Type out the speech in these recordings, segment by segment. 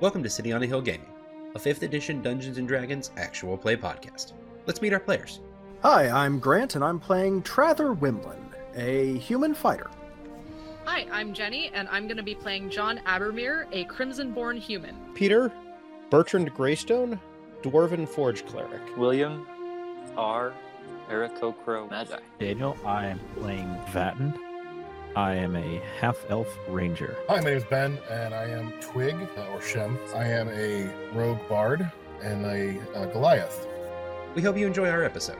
Welcome to City on a Hill Gaming, a 5th edition Dungeons & Dragons actual play podcast. Let's meet our players. Hi, I'm Grant, and I'm playing Trather Wimlin, a human fighter. Hi, I'm Jenny, and I'm going to be playing John Abermere, a Crimson Born human. Peter, Bertrand Greystone, Dwarven Forge Cleric. William R. Aarakocro Magi. Daniel. I am playing Vatten. I am a half elf ranger. Hi, my name is Ben, and I am Twig, uh, or Shem. I am a rogue bard and a uh, Goliath. We hope you enjoy our episode.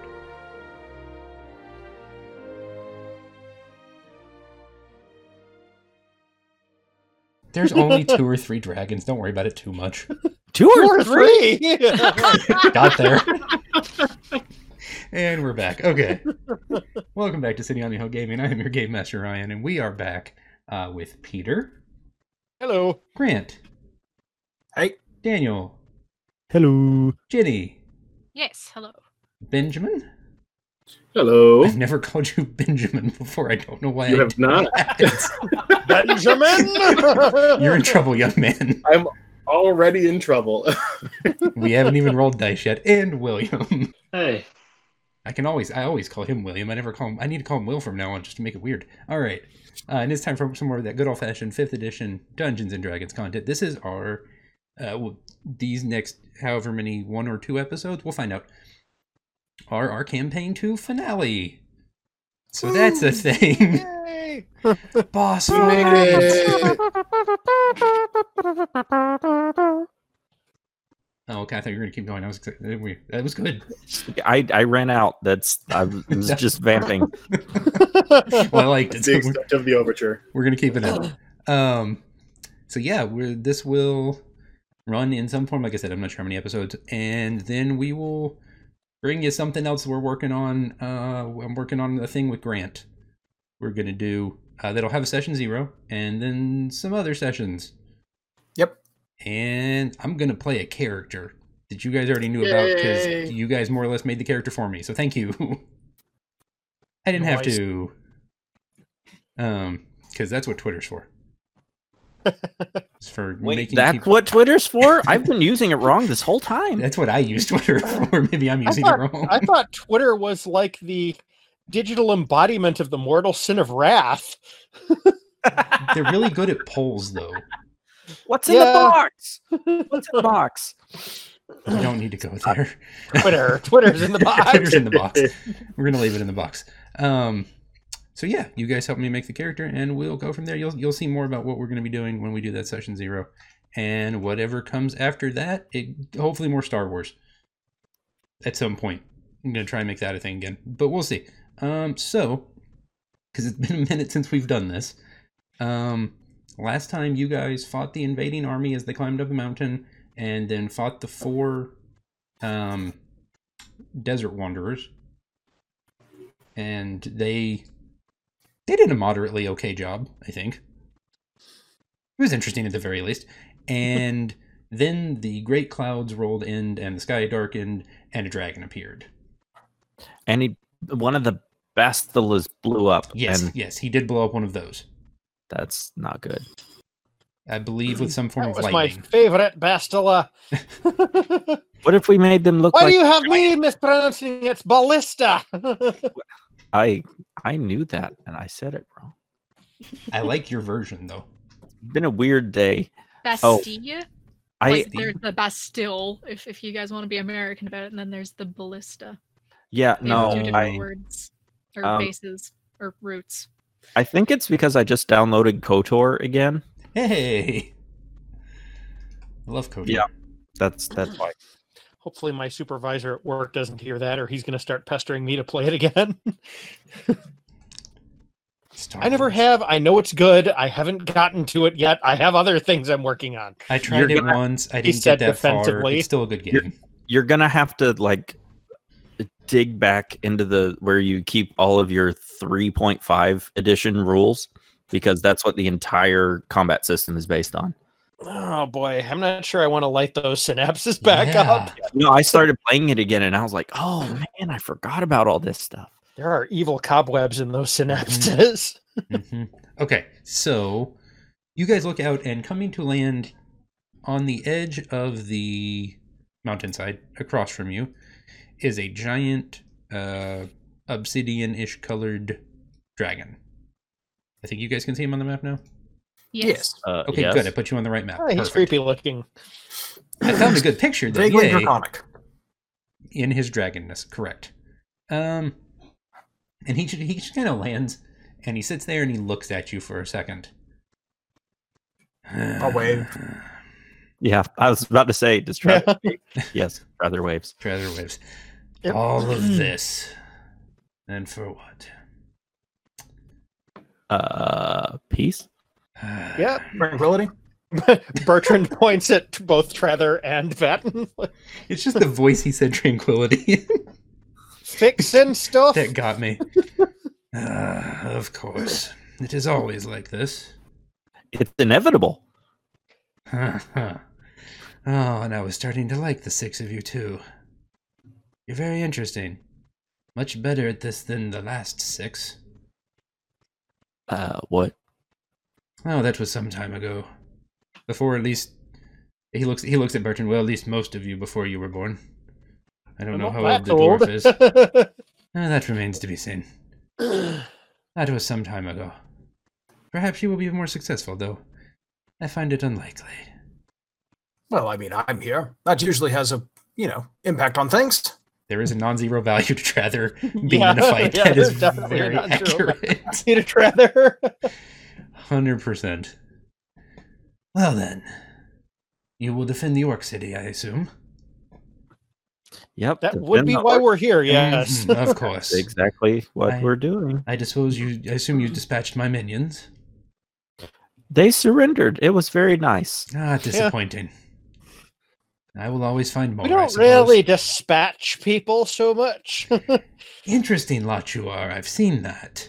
There's only two or three dragons. Don't worry about it too much. Two Or three! Got there. and we're back. Okay. Welcome back to City on the Hill Gaming. I am your game master Ryan, and we are back uh, with Peter, Hello. Grant, Hey. Daniel, Hello. Jenny, Yes, hello. Benjamin. Hello. I've never called you Benjamin before. I don't know why. You I have not. did. Benjamin! You're in trouble, young man. I'm already in trouble. We haven't even rolled dice yet. And William. hey. I can always, I always call him William. I never call him. I need to call him Will from now on just to make it weird. All right, uh, and it's time for some more of that good old fashioned fifth edition Dungeons and Dragons content. This is our, uh, well, these next however many one or two episodes, we'll find out. Are our campaign two finale? So that's a thing. Yay! Boss We made fight. it! Oh, okay. I thought you were gonna keep going. I was, excited. We- that was good. I, I ran out. That's I was just vamping. Well, I liked it. That's the So we're- extent of the overture. We're gonna keep it up. Um, so yeah, we're this will run in some form. Like I said, I'm not sure how many episodes, and then we will bring you something else we're working on. Uh, I'm working on a thing with Grant. We're gonna do uh, that'll have a session zero, and then some other sessions. Yep. And I'm gonna play a character that you guys already knew about because Yay. you guys more or less made the character for me. So thank you. I didn't have Nice. to. Um, because that's what Twitter's for. it's for making that's people- what Twitter's for. I've been using it wrong this whole time. That's what I use Twitter for. Maybe I'm I using it thought, wrong. I thought Twitter was like the digital embodiment of the mortal sin of wrath. They're really good at polls, though. What's in the Yeah. box? What's in the box? We don't need to go there. Twitter. Twitter's in the box. Twitter's in the box. We're gonna leave it in the box. Um, so yeah, you guys help me make the character, and we'll go from there. You'll you'll see more about what we're gonna be doing when we do that session zero, and whatever comes after that. It hopefully more Star Wars. At some point, I'm gonna try and make that a thing again, but we'll see. Um, so because it's been a minute since we've done this. Um, last time you guys fought the invading army as they climbed up a mountain, and then fought the four um, desert wanderers, and they they did a moderately okay job, I think. It was interesting at the very least, and then the great clouds rolled in, and the sky darkened, and a dragon appeared. And he, one of the Bastilas blew up. Yes, And yes, he did blow up one of those. that's not good. I believe with some form That of was my lightning. favorite Bastila. Why What if we made them look do like you have me mispronouncing it's ballista? I I knew that and I said it wrong. I like your version though. Been a weird day. Oh, Bastille? I like, there's the Bastille, if, if you guys want to be American about it, and then there's the Ballista. yeah They have no two different I words, or um, bases, or roots. I think it's because I just downloaded Kotor again. Hey, I love Cody. Yeah. That's that's Ah. why. Hopefully, my supervisor at work doesn't hear that, or he's going to start pestering me to play it again. Star I never Wars. have. I know it's good. I haven't gotten to it yet. I have other things I'm working on. I You're tried it gonna- once. I didn't get said that far. defensively. It's still a good You're- game. You're gonna have to like dig back into the where you keep all of your 3.5 edition rules because that's what the entire combat system is based on. Oh boy, I'm not sure I want to light those synapses back Yeah. up. No, I started playing it again and I was like, oh man, I forgot about all this stuff. There are evil cobwebs in those Mm-hmm. synapses. Mhm. Okay, so you guys look out, and coming to land on the edge of the mountainside across from you is a giant uh, obsidian-ish colored dragon. I think you guys can see him on the map now. Uh, Okay, yes. good. I put you on the right map. Oh, he's Ah, Perfect. creepy looking. I found a good picture. Then. Vaguely Yay. draconic. in his dragonness, correct. Um, and he ju- he just kind of lands, and he sits there and he looks at you for a second. I'll wave. Yeah, I was about to say, does Yeah. Trevor? yes, rather waves. Treasure waves. Yep. All of this, and for what? Uh, peace. Yep. Tranquility? Bertrand points at t- both Trether and Vatten. It's just the voice he said tranquility Fixing stuff. that got me. Ah, of course, it is always like this. It's inevitable. Huh, huh. oh, and I was starting to like the six of you too. You're very interesting. Much better at this than the last six. Uh, what? Oh, that was some time ago. Before at least he looks he looks at Bertrand, well at least most of you before you were born. I don't know Not how that old the dwarf is. Uh, that remains to be seen. That was some time ago. Perhaps you will be more successful, though. I find it unlikely. Well, I mean, I'm here. That usually has a, you know, impact on things. There is a non zero value to Trather being in a Yeah, fight. yeah, that is there's definitely a very non-zero accurate. Need a Trether. Hundred percent. Well then, you will defend the Orc City, I assume. Yep. That defend would be the why orc. we're here. Yes. Mhm, of course. That's exactly what I- we're doing. I suppose you. I assume you dispatched my minions. They surrendered. It was very nice. Ah, disappointing. I will always find more. We I don't suppose. really dispatch people so much. Interesting lot you are. I've seen that.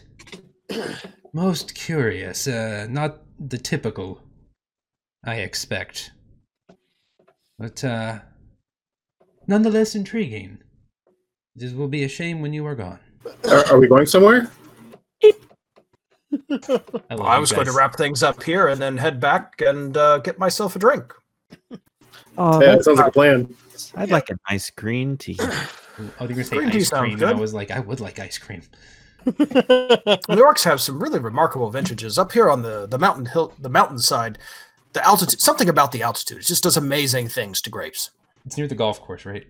Most curious. Uh, not the typical, I expect. But, uh, nonetheless intriguing. This will be a shame when you are gone. Are, are we going somewhere? love Well, I you was going to guys. wrap things up here and then head back and uh, get myself a drink. Oh, yeah, that's that sounds like a plan. nice. I'd like a nice green tea. Oh, you were Green going to say tea ice sounds cream, good. and I was like, I would like ice cream. The orcs have some really remarkable vintages up here on the, the mountain hill, the mountainside. The altitude, something about the altitude, it just does amazing things to grapes. It's near the golf course, right?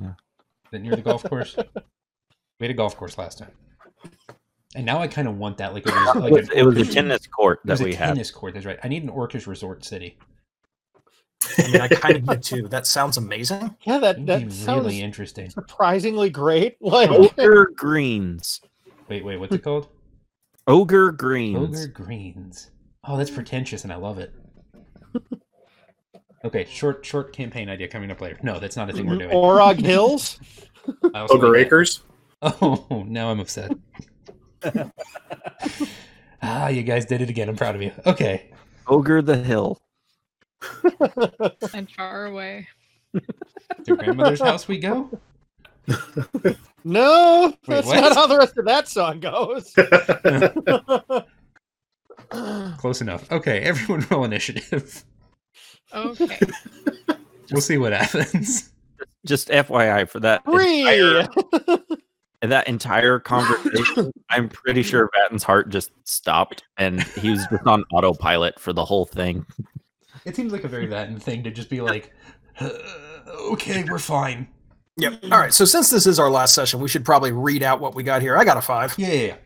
Yeah. Is it near the golf course? we had a golf course last time. And now I kind of want that. Like it was, like It was, an it was a orcish- tennis court it was that a we had. tennis court. That's right. I need an orcish resort city. I mean, I kind of did too. That sounds amazing. yeah, It that, would that be sounds really Oh, interesting. surprisingly great. Like, Ogre greens. Wait, wait, what's it called? Ogre greens. Ogre Greens. Oh, that's pretentious, and I love it. Okay, short short campaign idea coming up later. No, that's not a thing we're doing. Orog Hills. I also Ogre like that. Acres. Oh, now I'm upset. ah, you guys did it again. I'm proud of you. Okay. Ogre the hill. And far away. To grandmother's house we go. No, that's what? not how the rest of that song goes. Close enough. Okay, everyone roll initiative. Okay. We'll see what happens. Just FYI for that Three. that entire conversation. I'm pretty sure Vatten's heart just stopped, and he was just on autopilot for the whole thing. It seems like a very Latin thing to just be like, "Uh, okay, we're fine. Yep. All right. So since this is our last session, we should probably read out what we got here. I got a five. Yeah, yeah, yeah.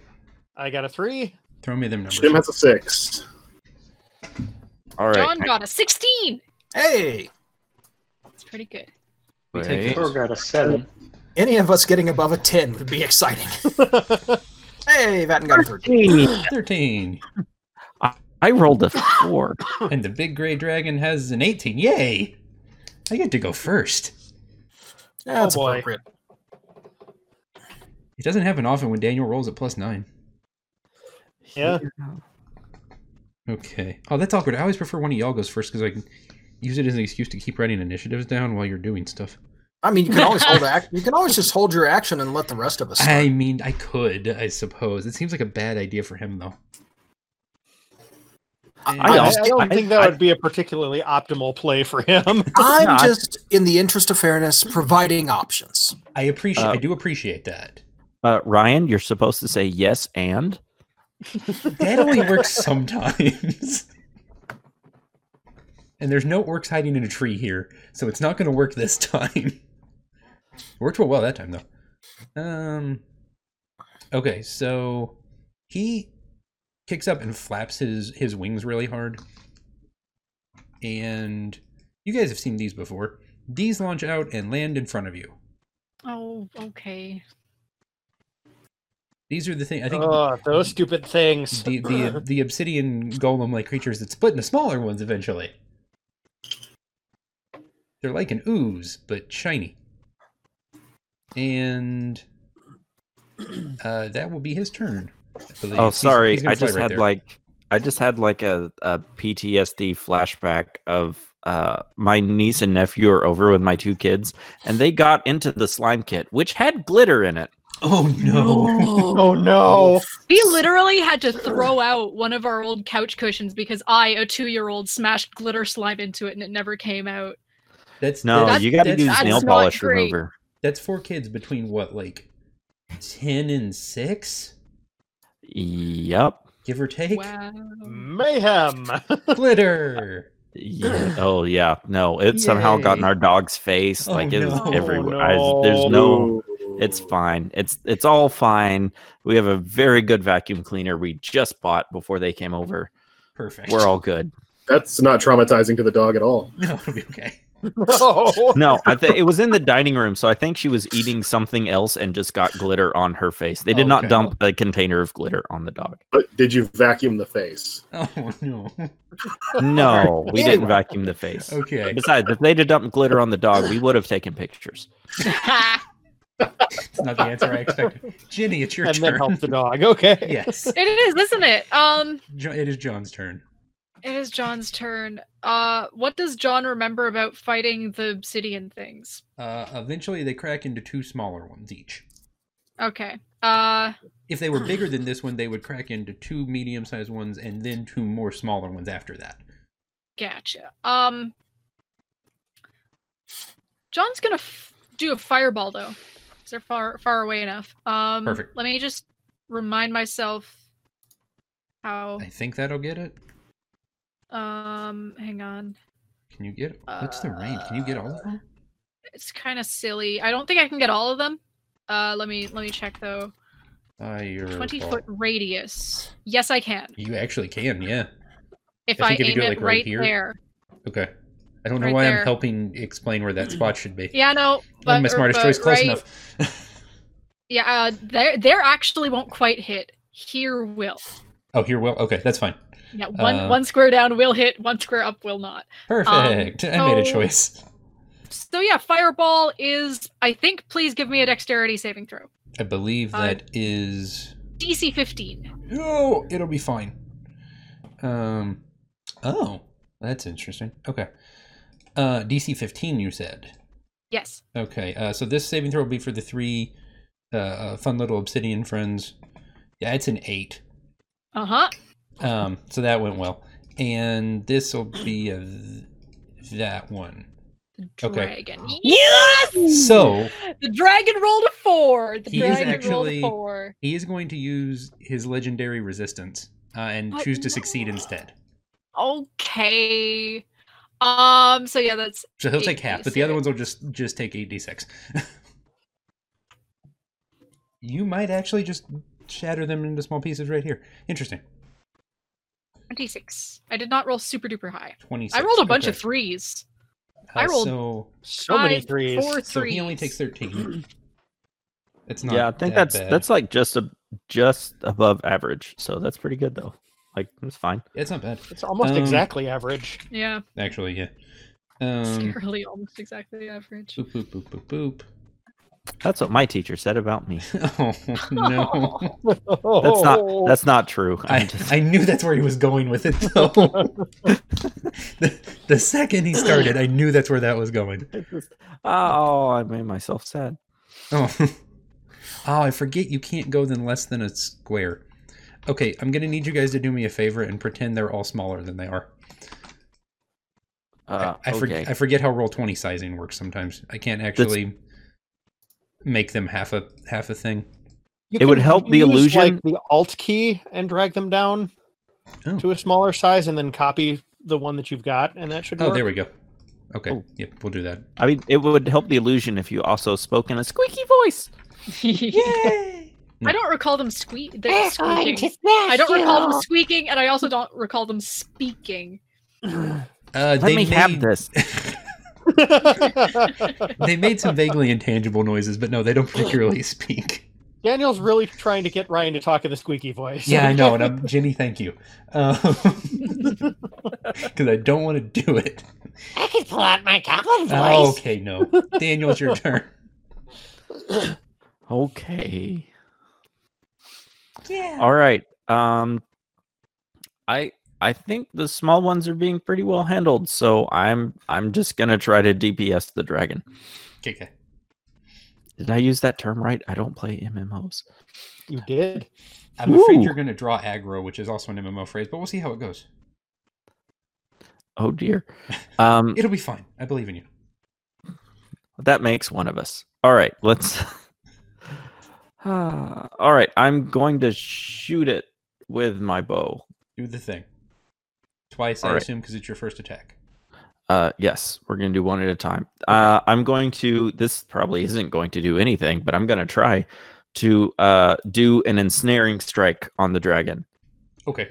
I got a three. Throw me them numbers. Jim has a six. All right. John got a 16. Hey, It's pretty good. We take Wait. those. got a seven. any of us getting above a ten would be exciting. hey, Vatten got a thirteen. 13. I rolled a four. And the big gray dragon has an 18. Yay! I get to go first. That's boy. appropriate. It doesn't happen often when Daniel rolls at plus nine. Yeah. Okay. Oh, that's awkward. I always prefer one of y'all goes first because I can use it as an excuse to keep writing initiatives down while you're doing stuff. I mean, you can always hold act. You can always just hold your action and let the rest of us. I mean, I could, I suppose. It seems like a bad idea for him, though. And- I, I I also- don't I- think that I- would be a particularly optimal play for him. I'm No, I- just, in the interest of fairness, providing options. I appreciate. Uh, I do appreciate that. Uh, Ryan, you're supposed to say yes and. That only works sometimes. and there's no orcs hiding in a tree here, so it's not going to work this time. It worked real well that time though. Um. Okay, so he kicks up and flaps his his wings really hard, and you guys have seen these before. These launch out and land in front of you. Oh, okay. These are the thing. I think Oh, those stupid things. the the uh, the obsidian golem like creatures that split into smaller ones eventually. They're like an ooze, but shiny. And uh, that will be his turn. I believe. Oh, He's- sorry. he's gonna I fly just right had there. like I just had like a, a PTSD flashback of uh my niece and nephew are over with my two kids and they got into the slime kit which had glitter in it. Oh no! Oh no! We literally had to throw out one of our old couch cushions because I, a two-year-old, smashed glitter slime into it and it never came out. That's No, that's, you got to that's- use that's nail not polish great. remover. That's four kids between what, like ten and six, Yep. give or take. Wow. Mayhem. Glitter. Yeah. Oh yeah. No, it somehow got in Yay. our dog's face. Oh, like it was no. everywhere. Oh, I, there's no no. It's fine. It's it's all fine. We have a very good vacuum cleaner we just bought before they came over. Perfect. We're all good. That's not traumatizing to the dog at all. No, it'll be okay. No. No, I th- it was in the dining room, so I think she was eating something else and just got glitter on her face. They did not Okay. dump a container of glitter on the dog. But did you vacuum the face? Oh no. No, we didn't Anyway. vacuum the face. Okay. Besides, if they'd have dumped glitter on the dog, we would have taken pictures. Mm. It's not the answer I expected. Ginny, it's your And then turn. help the dog. Okay. yes, It is, isn't it? Um, Jo- it is John's turn. it is John's turn. Uh, what does John remember about fighting the obsidian things? Uh, eventually, they crack into two smaller ones each. Okay. Uh, If they were bigger than this one, they would crack into two medium-sized ones and then two more smaller ones after that. gotcha. Um, John's gonna f- do a fireball though, 'cause they're far far away enough. Um, Perfect. Let me just remind myself how. I think that'll get it. Um, hang on. Can you get? What's the range? Can you get all Uh, of them? It's kind of silly. I don't think I can get all of them. Uh, let me let me check though. Fireball. Twenty foot radius. Yes, I can. You actually can, yeah. If I I, think if you aim do it, it like, right right, here. there. Okay. I don't know Right why I'm there. helping explain where that spot should be. Yeah, no. But, I'm my or- smartest but choice. Close right- enough. Yeah, uh, there there actually won't quite hit. Here will. oh, here. Well, okay, that's fine. Yeah, one Uh, one square down will hit, one square up will not. Perfect. I made a Um, so- choice. So yeah, fireball is I think please give me a dexterity saving throw. I believe I- that is. DC 15. No, it'll be fine. Um, oh, that's interesting. Okay, uh, DC fifteen. You said Yes. okay. Uh, so this saving throw will be for the three uh, uh, fun little obsidian friends. Yeah, it's an eight. Uh-huh. Um, so that went well, and this will be a th- that one. Okay. Dragon. Yes! So the dragon rolled a 4. The He is dragon actually- rolled a 4. he is going to use his legendary resistance uh, and Oh, choose to no. succeed instead. Okay. Um so yeah, that's So he'll take half, but the other ones will just just take eight d six. You might actually just shatter them into small pieces right here. Interesting. 26. I did not roll super duper high. Twenty. I rolled a bunch of threes. I rolled Uh, So, So many Five, threes. Four threes. so he only takes thirteen. It's not. yeah, I think that that's bad. that's like just a just above average. So that's pretty good though. Like it's fine. It's not bad It's almost Um, exactly average. Yeah, actually. Yeah. Um. scarily almost exactly average. Boop boop boop boop That's what my teacher said about me. boop. Oh no! Oh, That's not that's not true. I'm I I knew that's where he was going with it though. the, the second he started, I knew that's where that was going. just- oh, I made myself sad. Ah, Oh. oh, I forget you can't go than less than a square. Okay, I'm gonna need you guys to do me a favor and pretend they're all smaller than they are. Uh, I, I, forg- okay. I forget how roll twenty sizing works sometimes. I can't actually make them half a half a thing. You It would can help the use, illusion. Like the Alt key and drag them down Oh. to a smaller size, and then copy the one that you've got, and that should Oh, work. there we go. Okay, Oh. yep, we'll do that. I mean, it would help the illusion if you also spoke in a squeaky voice. I don't recall them squeak. They're squeaking. I don't recall them squeaking, and I also don't recall them speaking. Uh, Let me have this. they made some vaguely intangible noises, but no, they don't particularly speak. Daniel's really trying to get Ryan to talk in the squeaky voice. Yeah, I know, and I'm Jenny. Thank you, because I don't want to do it. I can pull out my goblin voice. Oh, okay, no, Daniel, it's your turn. Okay. Yeah. All right. Um I I think the small ones are being pretty well handled, so I'm I'm just going to try to DPS the dragon. Okay, okay. Did I use that term right? I don't play MMOs. you did. I'm afraid Ooh. you're going to draw aggro, which is also an MMO phrase, but we'll see how it goes. Oh dear. Um It'll be fine. I believe in you. that makes one of us. All right, let's Ah, All right, I'm going to shoot it with my bow. Do the thing. Twice, I All right. assume, because it's your first attack. Uh, yes, we're gonna do one at a time. Uh, I'm going to. This probably isn't going to do anything, but I'm gonna try to uh do an ensnaring strike on the dragon. Okay.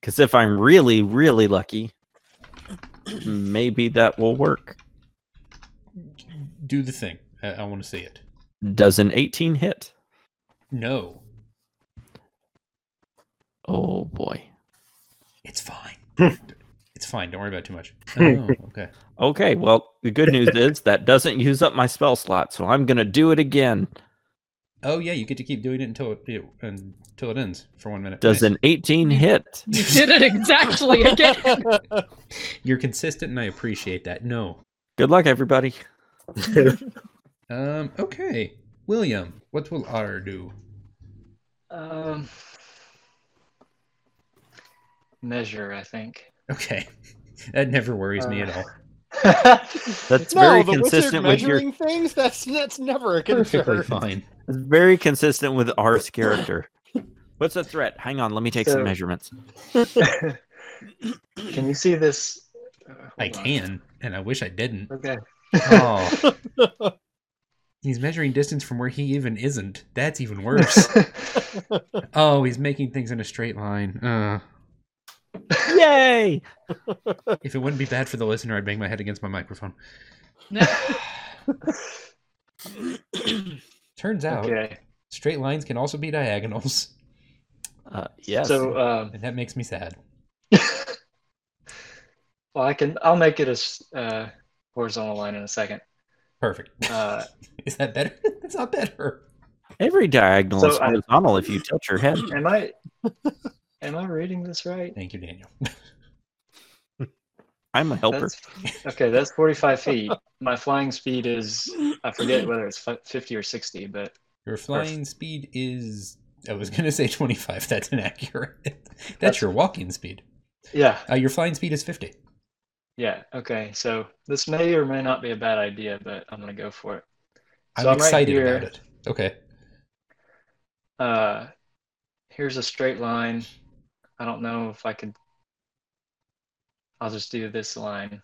Because if I'm really, really lucky, maybe that will work. Do the thing. I, I want to see it. Does an 18 hit? No, Oh boy. it's fine. it's fine. Don't worry about it too much. Oh, okay. Okay. Well, the good news is that doesn't use up my spell slot, so I'm gonna do it again. Oh yeah, you get to keep doing it until it, it until it ends for one minute. Does Nice. an 18 hit? You did it exactly again. You're consistent, and I appreciate that. No. Good luck, everybody. Um. Okay. William, what will R do? Um, measure, I think. Okay. That never worries me at Uh, all. That's no, very the wizard consistent with your. measuring things. That's that's never a Perfectly concern. fine. It's very consistent with R's character. What's the threat? Hang on, let me take So- some measurements. Can you see this? Uh, I hold on. can, and I wish I didn't. Okay. Oh. he's measuring distance from where he even isn't. That's even worse. oh, he's making things in a straight line. Uh, Yay! if it wouldn't be bad for the listener, I'd bang my head against my microphone. Turns out okay. straight lines can also be diagonals, Uh, yes. So, um, and that makes me sad. well, I can. I'll make it a s- uh, horizontal line in a second. Perfect. Uh, Is that better? That's not better. Every diagonal So is I- horizontal if you tilt your head. am I? Am I reading this right? Thank you, Daniel. I'm a helper. That's, okay, that's 45 feet. My flying speed is, I forget whether it's fi- 50 or 60, but Your flying speed is. I was gonna say twenty-five. That's inaccurate. That's, your walking speed. yeah, Uh, your flying speed is fifty. yeah, okay. So this may or may not be a bad idea, but I'm going to go for it. So I'm, I'm right excited here. about it. Okay. Uh, here's a straight line. I don't know if I could. I'll just do this line.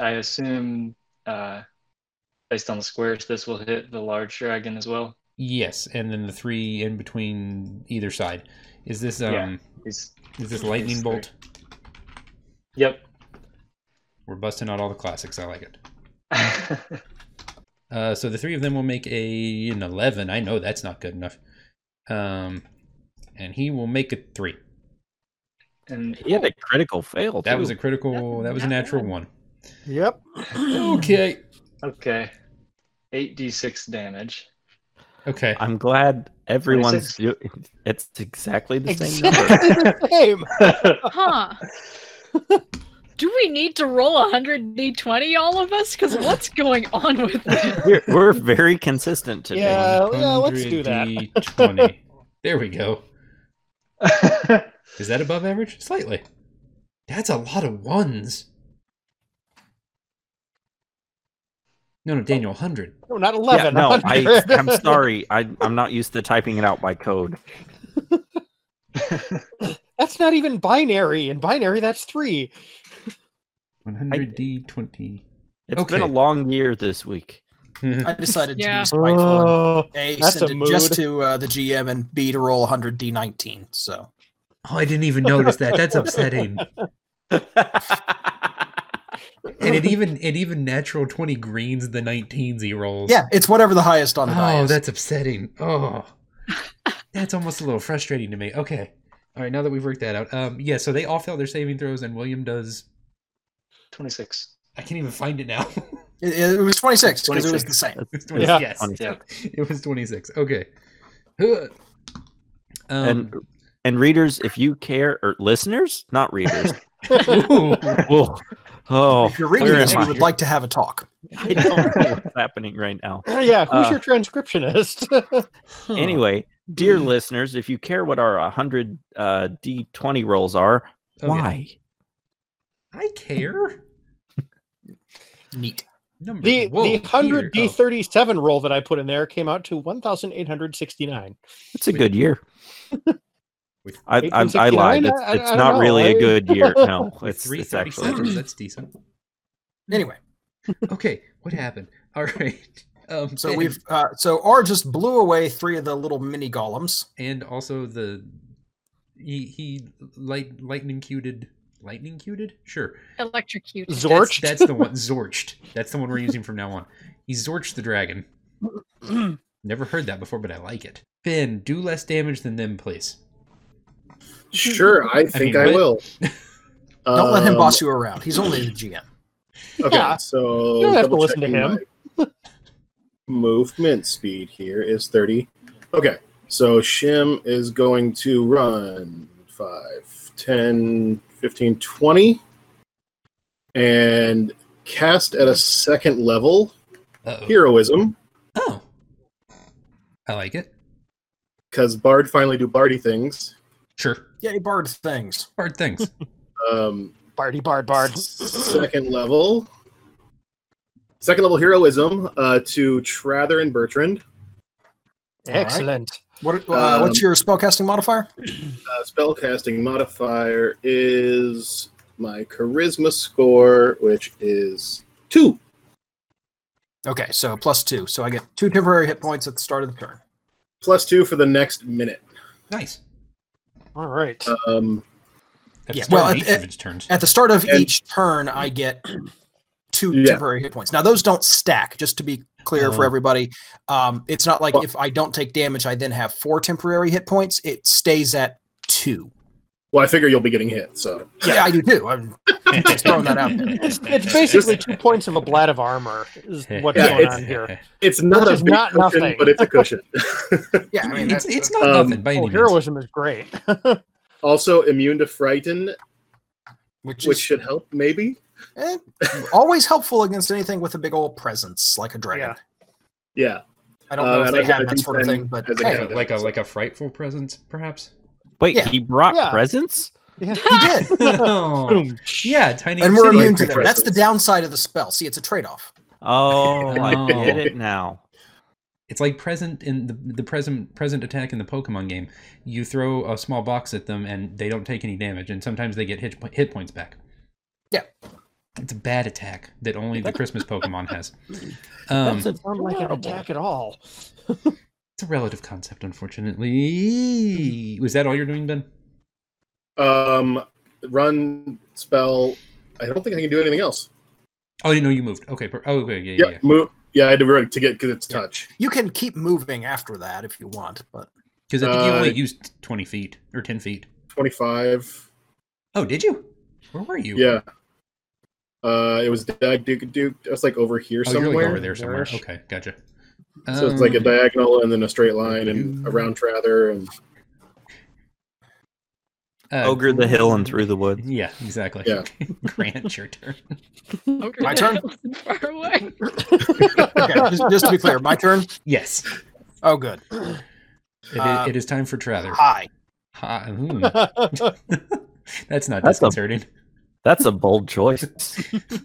I assume, uh, based on the squares, this will hit the large dragon as well. Yes, and then the three in between either side. Is this um? Yeah. He's, Is this lightning Yes, bolt? yep. We're busting out all the classics. I like it. Uh, so the three of them will make a an eleven. I know that's not good enough. Um, and he will make a three. and He had a critical fail. That was too. a critical. That was a natural one. Yep. Okay. Okay. 8d6 damage. Okay. I'm glad everyone's. 26. Do- it's exactly the same Exactly number. the same. Huh. Do we need to roll 1d20, all of us? Because what's going on with this? We're, we're very Oh, consistent today. Yeah, yeah, let's do that. 100d20. There we go. Is that above average? Slightly. That's a lot of ones. No, no, Daniel, 100. No, not 11. Yeah, no, I, 100. I'm sorry. I, I'm not used to typing it out by code. that's not even binary. In binary, that's three. 100D20. It's been a Okay. long year this week. I decided Yeah. to use spiteful. and Oh, A that's send a it mood. just to uh, the GM and B to roll 100 D19. So Oh, I didn't even notice that. That's upsetting. Uh. And it even it even natural 20 greens the 19s he rolls. yeah, it's whatever the highest on the die Oh, is. that's upsetting. Oh, that's almost a little frustrating to me. Okay. All right. Now that we've worked that out, um, yeah. So they all fail their saving throws, and William does. 26. I can't even find it now. It, it was 26 because it was the same. It's 20 Yeah. Yes. 26. It was twenty-six. Okay. Huh. Um, and and readers, if you care, or listeners, not readers. ooh, Whoa. Oh, If you're reading where this, am we I? would like to have a talk. I don't know what's happening right now. yeah, who's Uh, your transcriptionist? huh. Anyway, dear listeners, if you care what our 100 uh, D20 rolls are, Oh, yeah. why? I care. Neat. Number the whoa, the here- 100 oh, D37 roll that I put in there came out to 1,869. It's a good year. With I, I, I 1869? lied. It's, I- I- it's I not don't really know. a good year. No, with it's, it's actually 337, That's decent. Anyway, Okay. What happened? All right. Um, so and- we've uh, so R just blew away three of the little mini golems. and also the he he light lightning cuted lightning cuted sure Electrocute. That's- Zorch. that's, the one zorched that's the one we're using from now on he zorched the dragon never heard that before but i like it finn do less damage than them please Sure, I think I, what- will. Don't let him Um, boss you around. He's only the GM. Okay, Yeah. so You don't have to double listen to him. checking my movement speed here is thirty. Okay, so Shim is going to run 5, 10, 15, 20, and cast at a second level Uh-oh. heroism oh i like it because Bard finally do Bardy things. sure Yay, bard things. hard things Um, Bardy Bard Bard. Second level. Second level heroism uh, to Trather and Bertrand. Excellent. What uh, Um, what's your spellcasting modifier? Uh, spellcasting modifier is my charisma score, which is two. Okay, so plus two. So I get two temporary hit points at the start of the turn. Plus two for the next minute. nice All right. Um, At the Yeah, start of well, at- each at- of its turns At the start of And- each turn, I get two Yeah. temporary hit points. Now those don't stack. Just to be clear for Oh. everybody, um, it's not like Well- if I don't take damage, I then have four temporary hit points. It stays at two. well, I figure you'll be getting hit, so Yeah, I do too. I'm just throwing that out there. It's, it's basically two points of a blat of armor is what's Yeah, going it's- on here. it's not Which a is big not cushion, nothing. but it's a cushion. Yeah, I mean it's, that's, uh, it's not um, nothing by any Oh, means heroism is great. also immune to frighten, which which is should help maybe. eh, always helpful against anything with a big old presence like a dragon. Yeah, I don't Uh, know if and they I've got have a that sort of D10 thing, but as a hey, Like a- like a like a frightful presence perhaps Wait, Yeah. he brought Yeah. presents? he did. Oh, Boom. yeah tiny and we're obsidian. immune to them. Presence. That's the downside of the spell. See, it's a trade-off. Oh, Oh. I get it now. It's like present in the the present present attack in the Pokemon game. You throw a small box at them and they don't take any damage, and sometimes they get hit hit points back. Yeah. it's a bad attack that only the Christmas Pokemon has. Um, doesn't sound like an attack at all. it's a relative concept, unfortunately. Was that all you're doing, Ben? um, run spell. I don't think I can do anything else. Oh, you know you moved. Okay. per- Oh, okay. Yeah, yeah. Yeah, move. Yeah, I had to run to get because it's touch. You can keep moving after that if you want, but Because I think you Uh, only used twenty feet or ten feet. Twenty-five. Oh, did you? Where were you? Yeah. Uh, it was Dag Duke Duke. That's like over here Oh, you're like somewhere. over there somewhere. Nourish. Okay, gotcha. So it's like a Um, diagonal and then a straight line and around Trather and uh, Ogre the hill and through the woods. Yeah, exactly. Yeah. Grant, your turn. My turn? Far away. okay, just, just to be clear, my turn. Yes. Oh, good. It, i- Uh, it is time for Trather. Hi. Ha, hmm. That's not That's a- disconcerting. That's a bold choice.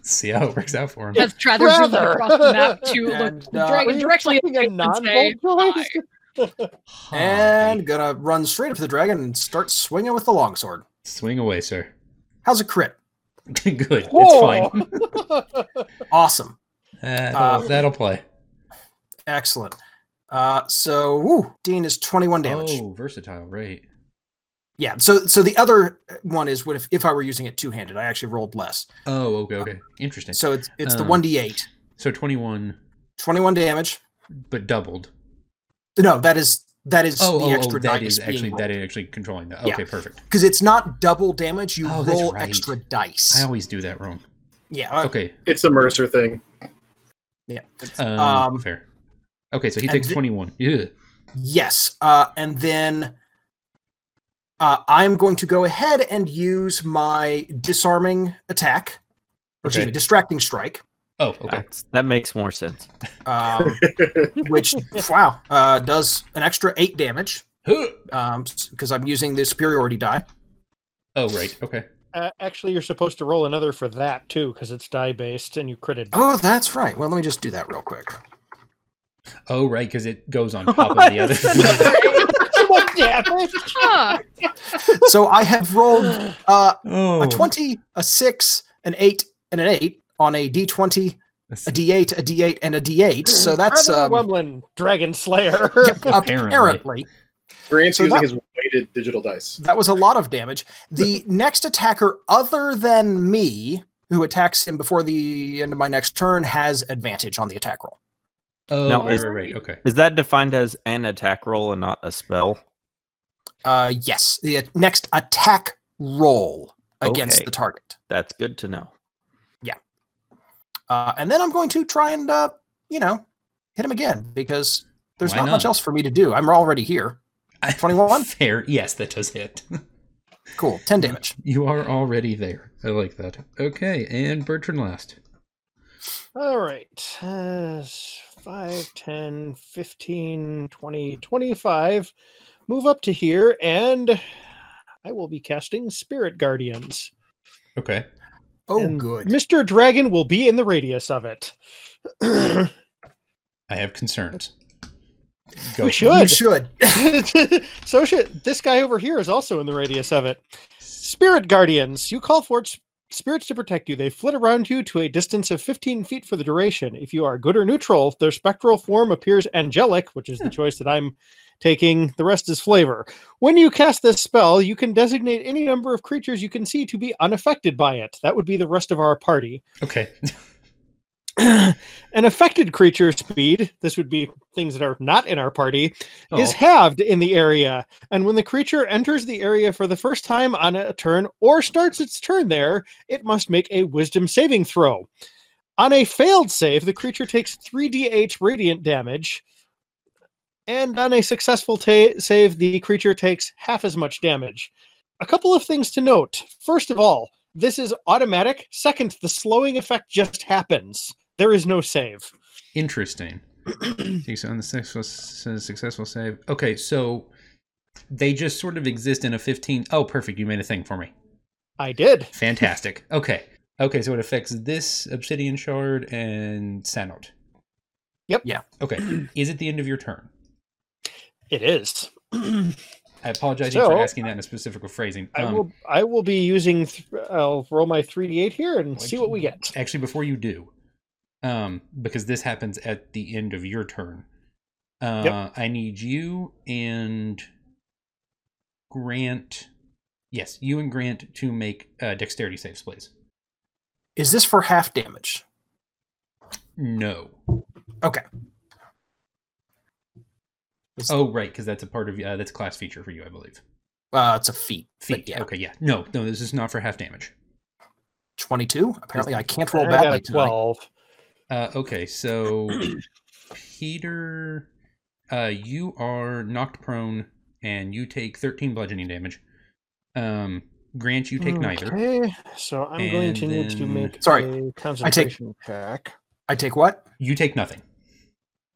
See how it works out for him. As Trathers looked Rather. across the map to look And, uh, Were direct, you directly at expecting Drake a and say, non-bold choice? "Hi." and gonna run straight up to the dragon and start swinging with the longsword. Swing away, sir. How's a crit? Good. It's Whoa. fine. Awesome, That'll, Uh, that'll play. excellent. Uh, so woo, Dean is twenty-one damage. Oh, versatile, right. Yeah. So so the other one is what if, if I were using it two-handed, I actually rolled less. Oh, okay, okay. Interesting. So, So it's it's the Um, one d eight. 21, 21 damage. but doubled. No, that is that is Oh, the oh, extra oh, that dice is actually being that is actually controlling that. Yeah. Okay, perfect. because it's not double damage. You Oh, that's roll right. extra I dice. always do that wrong. yeah. uh, Okay, It's a Mercer thing. um, Um, fair. Okay, so he and takes thi- 21. Yeah. Yes. Uh, and then uh, I'm going to go ahead and use my disarming attack, or excuse Okay. me, distracting strike. Oh, okay. That's, that makes more sense. Um, which wow uh, does an extra eight damage Huh. because I'm using the superiority die. Oh, right. Okay. Uh, actually, you're supposed to roll another for that too, because it's die based and you critted. Oh, that's right. Well, let me just do that real quick. Oh, right, because it goes on top of the other. What damage? Huh. so I have rolled uh, oh, a 20, a 6, an 8, and an 8 on a d20, That's a d8, a d8, and a d8. So that's Brother um, Wemblin, Dragon Slayer. Apparently. apparently. Grant's So using that- his weighted digital dice. that was a lot of damage. The next attacker, other than me, who attacks him before the end of my next turn, has advantage on the attack roll. Oh, Now, right, is- right, right. Okay. Is that defined as an attack roll and not a spell? Uh, yes, the a- next attack roll against Okay. the target. That's good to know. Uh, and then I'm going to try and, uh, you know, hit him again because there's Why not much not? else for me to do. I'm already here. 21? Fair. Yes, that does hit. Cool. 10 damage. you are already there. I like that. Okay, and Bertrand last. All right. Uh, s- 5, 10, 15, 20, 25. Move up to here, and I will be casting Spirit Guardians. Okay. Oh, and good. Mr. Dragon will be in the radius of it. I have concerns. we for it. You should. should. so shit, this guy over here is also in the radius of it. Spirit guardians, you call for its spirits to protect you. They flit around you to a distance of 15 feet for the duration. If you are good or neutral, their spectral form appears angelic, which is the choice that I'm taking. The rest is flavor. When you cast this spell, you can designate any number of creatures you can see to be unaffected by it. That would be the rest of our party. Okay. An affected creature speed, this would be things that are not in our party, is Oh. halved in the area. And when the creature enters the area for the first time on a turn or starts its turn there, it must make a wisdom saving throw. On a failed save, the creature takes 3d8 radiant damage. And on a successful ta- save, the creature takes half as much damage. A couple of things to note. First of all, this is automatic. Second, the slowing effect just happens. There is no save. Interesting. Takes on the successful, successful save. Okay, so they just sort of exist in a 15. Oh, perfect. You made a thing for me. I did. Fantastic. Okay. Okay, so it affects this obsidian shard and Sanod. Yep. Yeah. Okay. Is it the end of your turn? It is. Um, I apologize So- for asking that in a specific phrasing. I Um, will. I will be using. Th- I'll roll my three d eight here and see what we get. actually before you do um because this happens at the end of your turn uh i need you and grant yes you and grant to make uh, dexterity saves please Is this for half damage? no It's- oh right because that's a part of uh, that's a class feature for you i believe Uh, it's a feat. Feat. yeah. okay yeah no no this is not for half damage 22. Apparently, I can't roll I got badly a tonight. twelve. uh okay so peter uh you are knocked prone and you take 13 bludgeoning damage um grant you take neither Okay, so I'm going to And need to then- make Sorry, a concentration check. I take what? You take nothing.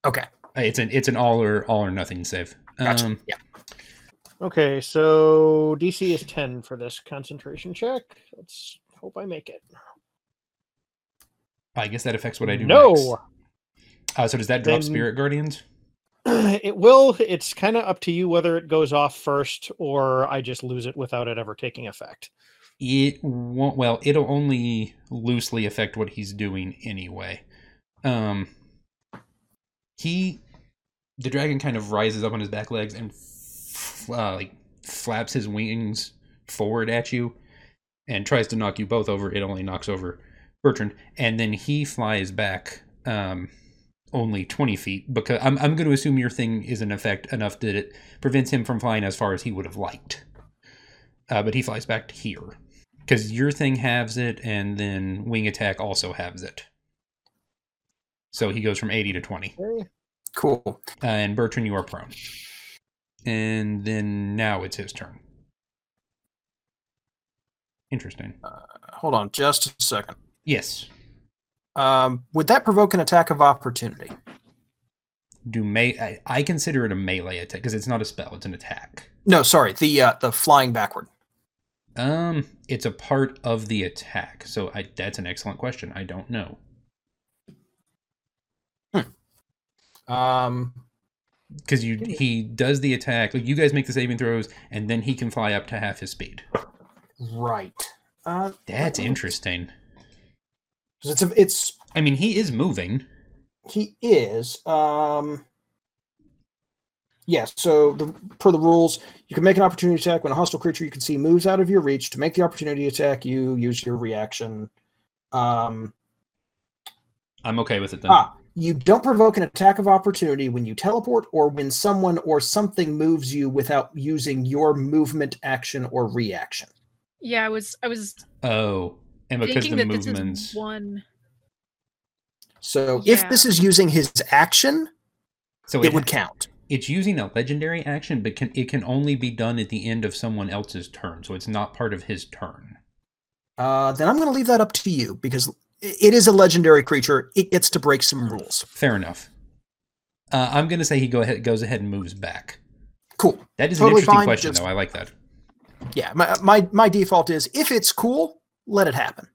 Okay. Uh, It's an it's an all or all or nothing save. Gotcha. Um, yeah. Okay, so DC is 10 for this concentration check. Let's hope I make it. I guess that affects what I do. no, next. Uh, so does that drop Then- Spirit Guardians? it will. It's kind of up to you whether it goes off first or I just lose it without it ever taking effect. It won't. Well, it'll only loosely affect what he's doing anyway. Um, he, the dragon, kind of rises up on his back legs and f- uh, like flaps his wings forward at you, and tries to knock you both over. It only knocks over Bertrand, and then he flies back. Um, only twenty feet because I'm I'm going to assume your thing is an effect enough that it prevents him from flying as far as he would have liked. Uh, but he flies back to here because your thing halves it, and then wing attack also halves it. So he goes from 80 to 20. Okay. Cool. Uh, and Bertrand, you are prone. And then now it's his turn. Interesting. Hold on just a second. Yes. Um, would that provoke an attack of opportunity? Do me- I, I consider it a melee attack because it's not a spell; it's an attack. No, sorry. The uh, the flying backward. Um, it's a part of the attack. So I, that's an excellent question. I don't know. Um, because you he does the attack. Like you guys make the saving throws, and then he can fly up to half his speed. right. Uh, That's interesting. 'cause It's a, it's I mean, he is moving. he is. Um, yeah. So the, per the rules, you can make an opportunity attack when a hostile creature you can see moves out of your reach. To make the opportunity attack, you use your reaction. Um, I'm okay with it then. Ah, you don't provoke an attack of opportunity when you teleport or when someone or something moves you without using your movement action or reaction. Yeah, I was I was Oh, and because thinking the that this movements. is one. So Yeah. if this is using his action, So it it would count. it's using a legendary action, but can it can only be done at the end of someone else's turn. So it's not part of his turn. Uh, then I'm going to leave that up to you because i- it is a legendary creature. It gets to break some rules. Fair enough. Uh, I'm gonna say he go ahead goes ahead and moves back. Cool. That is an Totally interesting fine, question, just- though. I like that. Yeah. My, my my default is if it's cool, let it happen.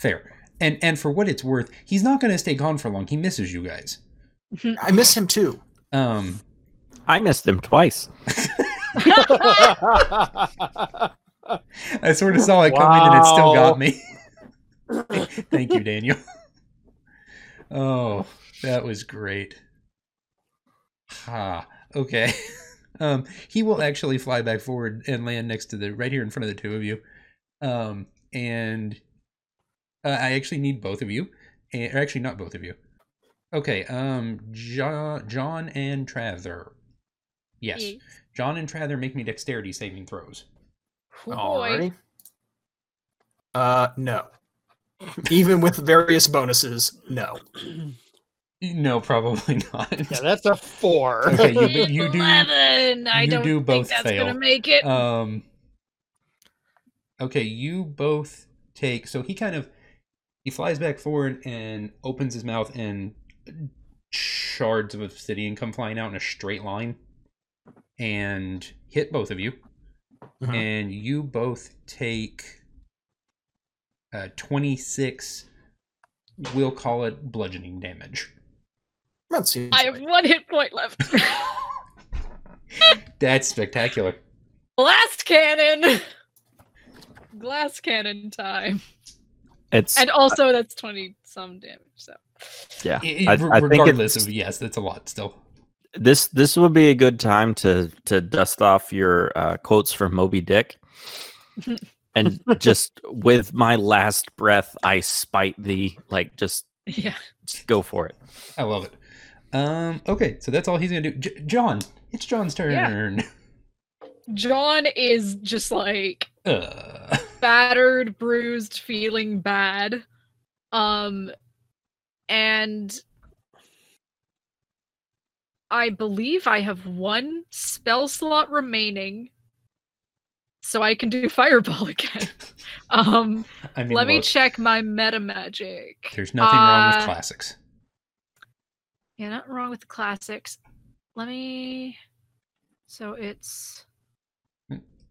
Fair. And and for what it's worth, he's not gonna stay gone for long. He misses you guys. I miss him too. Um, I missed him twice. I sort of saw it coming and it still Wow. got me. Thank you, Daniel. Oh, that was great. Ha. Okay. Um, he will actually fly back forward and land next to the right here in front of the two of you. Um, and uh, I actually need both of you, and, or actually not both of you. Okay. Um, John, John and Trather. Yes, Ye- John and Trather make me dexterity saving throws. Oh, boy. Alrighty. Uh, no. Even with various bonuses, no. No, probably not. Yeah, that's a four. Okay, you, you do. Eleven. I you don't do both think that's fail. gonna make it. Um, okay, you both take. So he kind of he flies back forward and opens his mouth, and shards of obsidian come flying out in a straight line, and hit both of you, Uh-huh. Mhm. and you both take uh, twenty six. We'll call it bludgeoning damage. That seems I have right. one hit point left. That's spectacular. Glass cannon. Glass cannon time. It's And also that's twenty some damage. So yeah. I- I- I re- think it's- regardless of yes, that's a lot still. This this would be a good time to to dust off your uh, quotes from Moby Dick, and just with my last breath, I spite thee. Like just, yeah. just go for it. I love it. Um, okay, so that's all he's gonna do. J- John, it's John's turn. John is just like Uh, battered, bruised, feeling bad. Um and I believe I have one spell slot remaining so I can do fireball again. um I mean, let me look, check my meta magic. There's nothing wrong with Uh, classics. Yeah, not wrong with the classics. Let me. So it's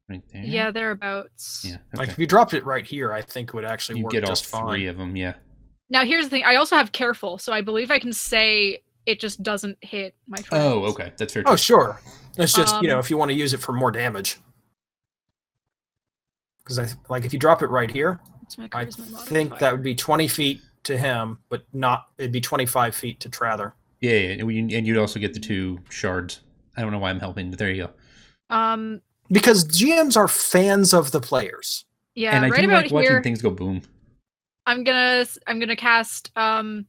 Right there. Yeah, thereabouts. Yeah. Like okay. if you dropped it right here, I think it would actually You work get all just three fine. of them. Yeah. Now here's the thing. I also have careful, so I believe I can say it just doesn't hit my friends. Oh, okay. That's fair. Oh, too. sure. That's just you know Um, if you want to use it for more damage. Because I th- like if you drop it right here, What's my I charisma mod? think that would be twenty feet to him, but not it'd be twenty five feet to Trather. Yeah, yeah, and we- and you'd also get the two shards. I don't know why I'm helping, but there you go. Um. Because GMs are fans of the players. Yeah. and I right do about like watching here, things go boom. I'm gonna s- I'm gonna cast um,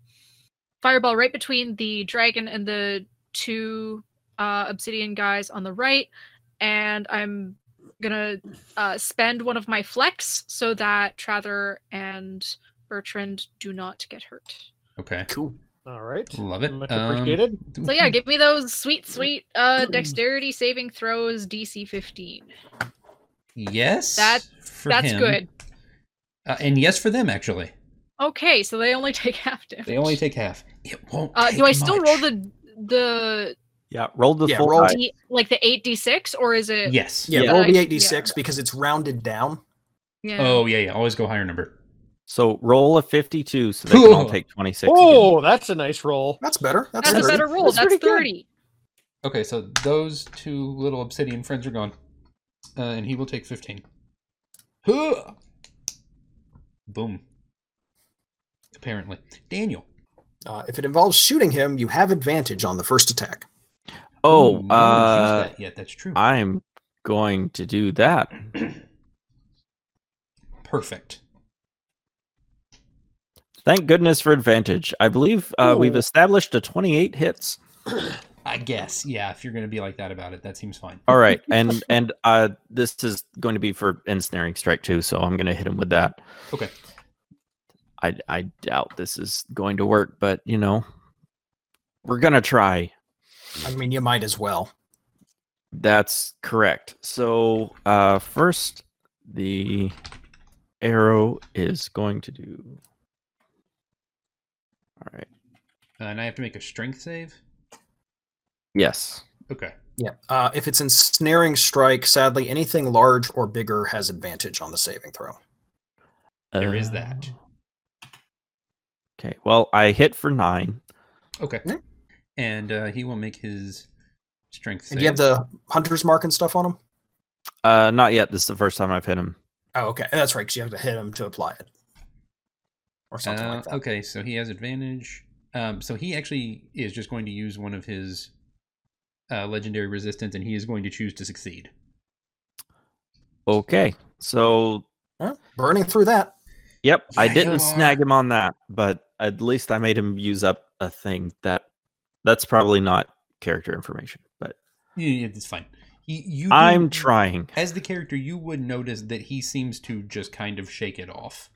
fireball right between the dragon and the two uh, obsidian guys on the right, and I'm gonna uh, spend one of my flex so that Trather and Bertrand do not get hurt. Okay, Cool. All right. love it. Much Um, appreciated. So yeah, give me those sweet, sweet uh dexterity saving throws DC 15. yes, That- for That's him. good. uh, and yes for them actually. Okay, so they only take half damage. They only take half. It won't. Uh, do I take still roll much. the the Yeah, roll the Yeah, full roll- die. D, like the eight d six or is it? Yes. Yeah, Yeah. roll I- the eight d six because it's rounded down. Yeah. Oh yeah, yeah. Always go higher number. So roll a 52 so they can all Cool. take 26. again. Oh, that's a nice roll. That's better. That's, that's a better. better roll. That's, pretty good. thirty. Okay, so those two little obsidian friends are gone, uh, and he will take fifteen. Huh. Boom. Apparently, Daniel. Uh, if it involves shooting him, you have advantage on the first attack. Ooh, Oh, we haven't used uh, that yet. That's true. I'm going to do that. Perfect. Thank goodness for advantage. I believe uh, we've Ooh. established a 28 hits. I guess. Yeah, if you're going to be like that about it, that seems fine. All right, and and uh, this is going to be for ensnaring strike too. So I'm going to hit him with that. Okay. I I doubt this is going to work, but you know, we're gonna try. I mean, you might as well. That's correct. So uh, first, the arrow is going to do. All right. Uh, and I have to make a strength save. Yes. Okay. Yeah. Uh, if it's ensnaring strike, sadly, anything large or bigger has advantage on the saving throw. There is that. Okay. Well, I hit for nine. Okay. Mm-hmm. Yeah. And uh, he will make his strength save. And do you have the hunter's mark and stuff on him? Uh, not yet. This is the first time I've hit him. Oh, okay. That's right, because you have to hit him to apply it, or something Uh, like that. Okay, so he has advantage. Um, so he actually is just going to use one of his uh, legendary resistance, and he is going to choose to succeed. Okay. So Huh? Burning through that. Yep, I Yeah, you didn't snag are. him on that, but at least I made him use up a thing that that's probably not character information, but Yeah, yeah, it's fine. You, you do- I'm trying. As the character, you would notice that he seems to just kind of shake it off.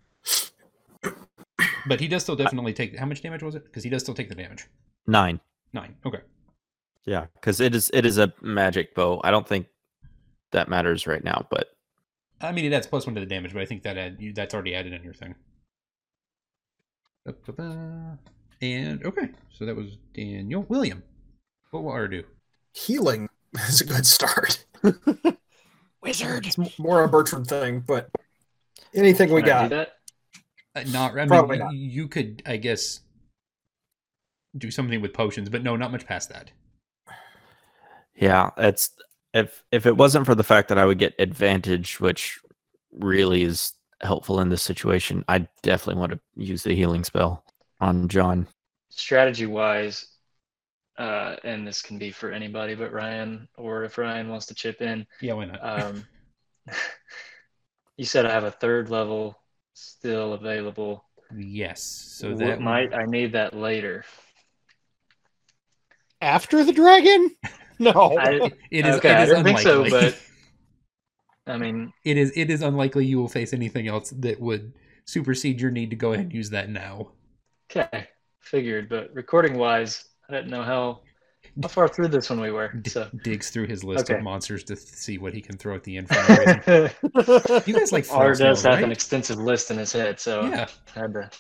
But he does still definitely take. How much damage was it? Because he does still take the damage. 9. Nine. Okay. Yeah, cuz it is it is a magic bow. I don't think that matters right now, but I mean, it adds plus one to the damage, but I think that add, you, that's already added in your thing. Ba-ba-ba. And okay, so that was Daniel William. What will R do? Healing is a good start. Wizard. It's m- more a Bertrand thing, but anything we Can I do got. that? Uh, not. I mean, Probably you- not. You could, I guess, do something with potions, but no, not much past that. yeah, it's if if it wasn't for the fact that I would get advantage, which really is helpful in this situation, I definitely want to use the healing spell on John. Strategy wise, uh, and this can be for anybody but Ryan, or if Ryan wants to chip in. Yeah, why not? Um, you said I have a third level still available. yes. So So that might I need that later? After the dragon? No. I, It is. Okay, it I is didn't think so, unlikely. but- I mean, it is. It is unlikely you will face anything else that would supersede your need to go ahead and use that now. okay, figured, but recording wise, I didn't know how how far through this one we were. D- So digs through his list Okay. of monsters to th- see what he can throw at the end. For no reason. you guys like R Frost does Nova, have an right? extensive list in his head, so Yeah, I had to.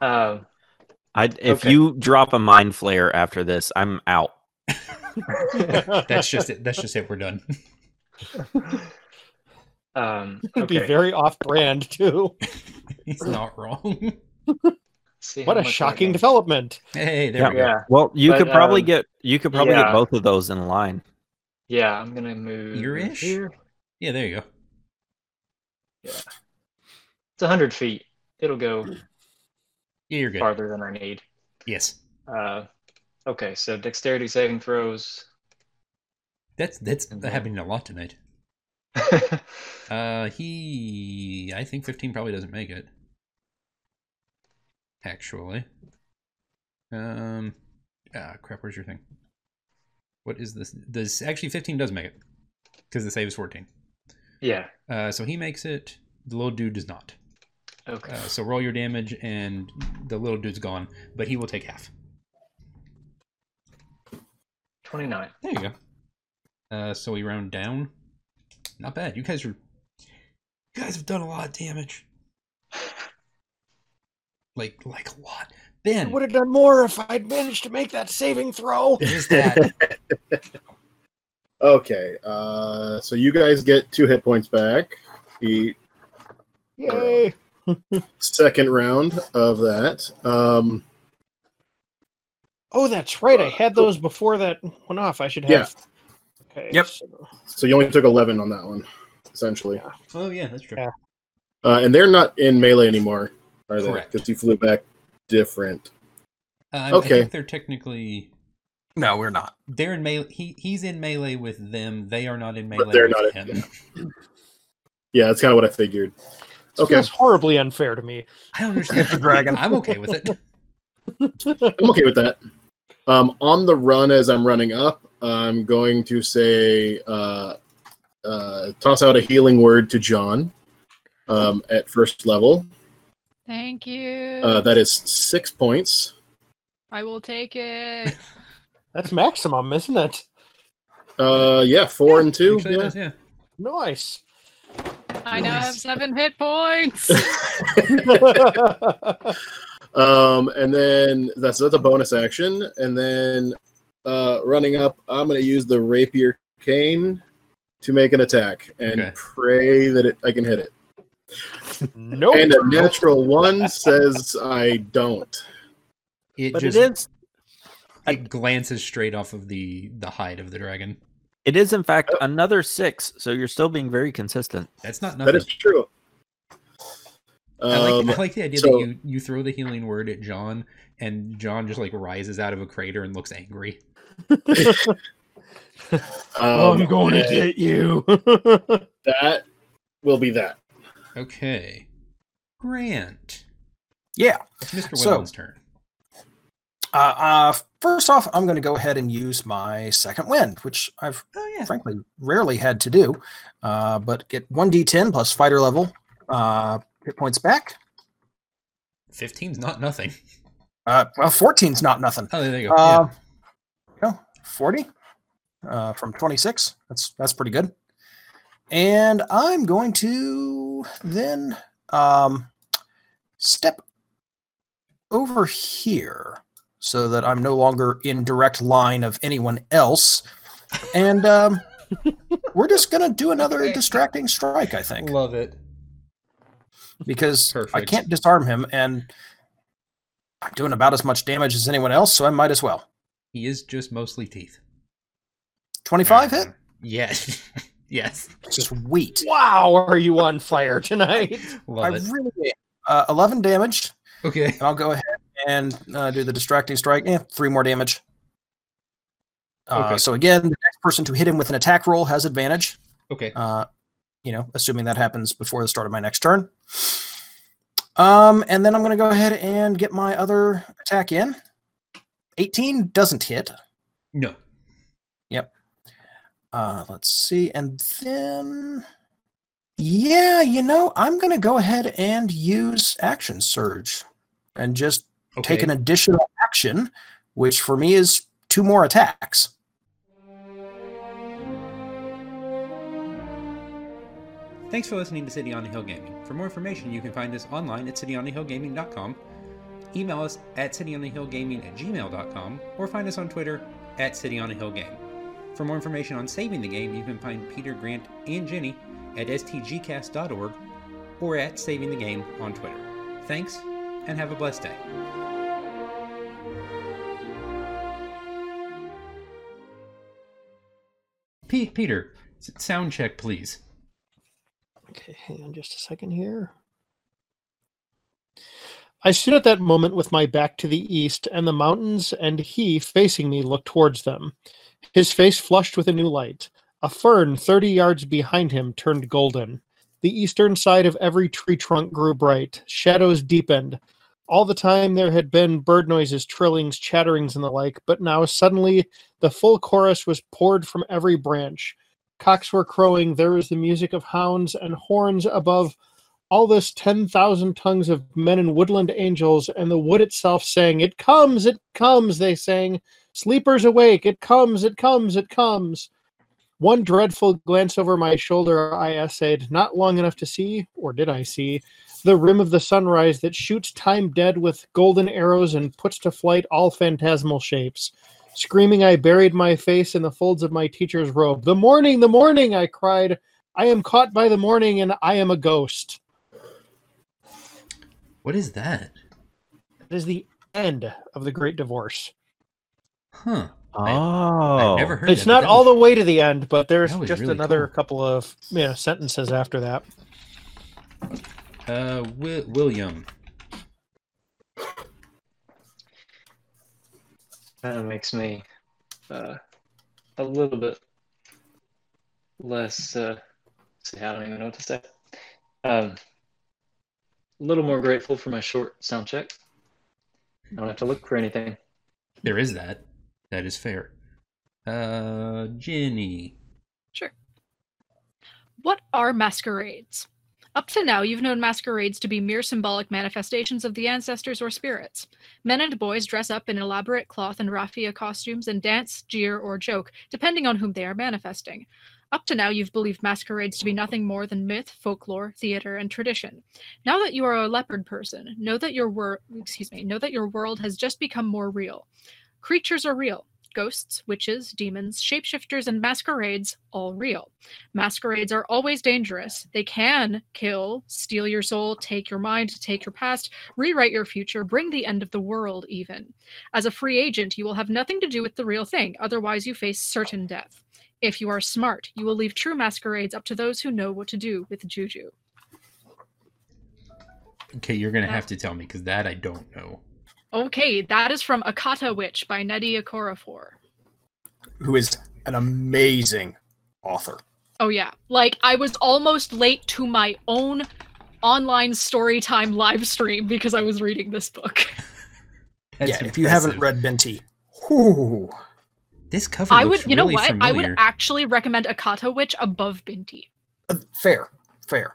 Um, I if Okay. you drop a mind flare after this, I'm out. that's just it. That's just it. We're done. Um, It'd be okay. very off brand, too. He's not wrong. See What how a much I shocking know. development. Hey, there Yeah. we go. Yeah, Well, you But, could probably um, get you could probably yeah. get both of those in line. yeah. I'm gonna move Your-ish? here. Yeah, there you go. It's 100 feet. It'll go Yeah, you're good. farther than I need. Yes. Uh, okay, so dexterity saving throws. That's that's And then- happening a lot tonight. Uh, he, I think fifteen probably doesn't make it. Actually, um, ah, crap. Where's your thing? What is this? This actually fifteen does make it because the save is fourteen. yeah. Uh, so he makes it. The little dude does not. Okay. Uh, so roll your damage, and the little dude's gone, but he will take half. 29. There you go. Uh, so we round down. Not bad. You guys are. You guys have done a lot of damage. Like, like a lot. I Ben, would have done more if I'd managed to make that saving throw. what is that? Okay, uh, so you guys get two hit points back. The Yay. second round of that. Um, Oh, that's right. I had those before that went off. I should have. Okay. Yep. so- so you only took 11 on that one, essentially. oh yeah, that's true. Yeah. Uh, and they're not in melee anymore, are they? Correct. Because you flew back different. Um, I Okay. think they're technically No, we're not. they're in melee. He he's in melee with them. They are not in melee. But they're with not him. in- Yeah, that's kind of what I figured. This Okay, feels horribly unfair to me. I don't understand. The dragon. I'm okay with it. I'm okay with that. Um, on the run, as I'm running up, I'm going to say uh, uh, toss out a healing word to John um, at first level. Thank you. Uh, that is six points. I will take it. That's maximum, isn't it? Uh, yeah, four and two. Actually, it Yeah. does, yeah. Nice. I now have seven hit points. Um, and then that's that's a bonus action. And then uh, running up, I'm going to use the rapier cane to make an attack and Okay. pray that it, I can hit it. nope. And a natural one says I don't. It But just it is it glances straight off of the the hide of the dragon. it is in fact Oh. another six, so you're still being very consistent. That's not That nothing. is true. I like, Um, I like the idea so- that you, you throw the healing word at John, and John just like rises out of a crater and looks angry. Oh, um, and get you. That will be that. Okay, Grant, Yeah. it's Mr. So- Woodland's turn. Uh, uh, first off, I'm going to go ahead and use my second wind, which I've Oh yeah, frankly rarely had to do, uh, but get 1d10 plus fighter level uh, hit points back. fifteen's not nothing. Uh, well, 14's not nothing. Oh, there you go. Uh, no, 40 uh, from 26. That's that's pretty good. And I'm going to then um, step over here so that I'm no longer in direct line of anyone else. And um, we're just going to do another distracting strike, I yeah. think, love it. because I Perfect. can't disarm him and I'm doing about as much damage as anyone else, so I might as well. He is just mostly teeth. 25 hit? Yes, yes, Sweet. wow, are you on fire tonight? love I it. really am. Uh, 11 damage, okay, and I'll go ahead and uh, do the distracting strike. Eh, three more damage. Uh, Okay. So again, the next person to hit him with an attack roll has advantage. okay. Uh, you know, assuming that happens before the start of my next turn. Um, and then I'm going to go ahead and get my other attack in. 18 doesn't hit. No, Uh, let's see. And then, yeah, you know, I'm going to go ahead and use Action Surge and just okay. take an additional action, which for me is two more attacks. Thanks for listening to City on the Hill Gaming. For more information, you can find us online at cityonthehillgaming.com, email us at cityonthehillgaming at gmail.com, or find us on Twitter at cityonthehillgame. For more information on saving the game, you can find Peter, Grant, and Jenny at stgcast.org or at Saving the Game on Twitter. Thanks, and have a blessed day. Pete, Peter, s- sound check, please. Okay, hang on just a second here. I stood at that moment with my back to the east and the mountains, and he, facing me, looked towards them. His face flushed with a new light. A fern 30 yards behind him turned golden. The eastern side of every tree trunk grew bright. Shadows deepened. All the time there had been bird noises, trillings, chatterings, and the like, but now suddenly the full chorus was poured from every branch. Cocks were crowing. There was the music of hounds and horns above. All this 10,000 tongues of men and woodland angels, and the wood itself sang, It comes, it comes, they sang. Sleepers awake, it comes, it comes, it comes. One dreadful glance over my shoulder I essayed, not long enough to see, or did I see, the rim of the sunrise that shoots time dead with golden arrows and puts to flight all phantasmal shapes. Screaming, I buried my face in the folds of my teacher's robe. The morning, the morning, I cried. I am caught by the morning and I am a ghost. What is that? That is the end of the Great Divorce. Huh. Oh, never heard It's that, but not that all was- the way to the end, but there's That was just really another couple of you know, sentences after that. Uh, Wi- William. That makes me uh, a little bit less. Uh, see, I don't even know what to say. Um, a little more grateful for my short sound check. I don't have to look for anything. There is that. That is fair. Uh, Jenny. Sure. What are masquerades? Up to now, you've known masquerades to be mere symbolic manifestations of the ancestors or spirits. Men and boys dress up in elaborate cloth and raffia costumes and dance, jeer, or joke, depending on whom they are manifesting. Up to now, you've believed masquerades to be nothing more than myth, folklore, theater, and tradition. Now that you are a leopard person, know that your wor- excuse me, know that your world has just become more real. Creatures are real. Ghosts, witches, demons, shapeshifters, and masquerades, all real. Masquerades are always dangerous. They can kill, steal your soul, take your mind, take your past, rewrite your future, bring the end of the world, even. As a free agent, you will have nothing to do with the real thing, otherwise, you face certain death. If you are smart, you will leave true masquerades up to those who know what to do with juju. Okay, you're gonna have to tell me because that I don't know. Okay, that is from Akata Witch by Nettie Okorafor. Who is an amazing author. Oh yeah. Like I was almost late to my own online story time live stream because I was reading this book. yeah, if you haven't read Benti, whew, This cover I looks would you know really what? I familiar. would actually recommend Akata Witch above Binti. uh, fair, fair.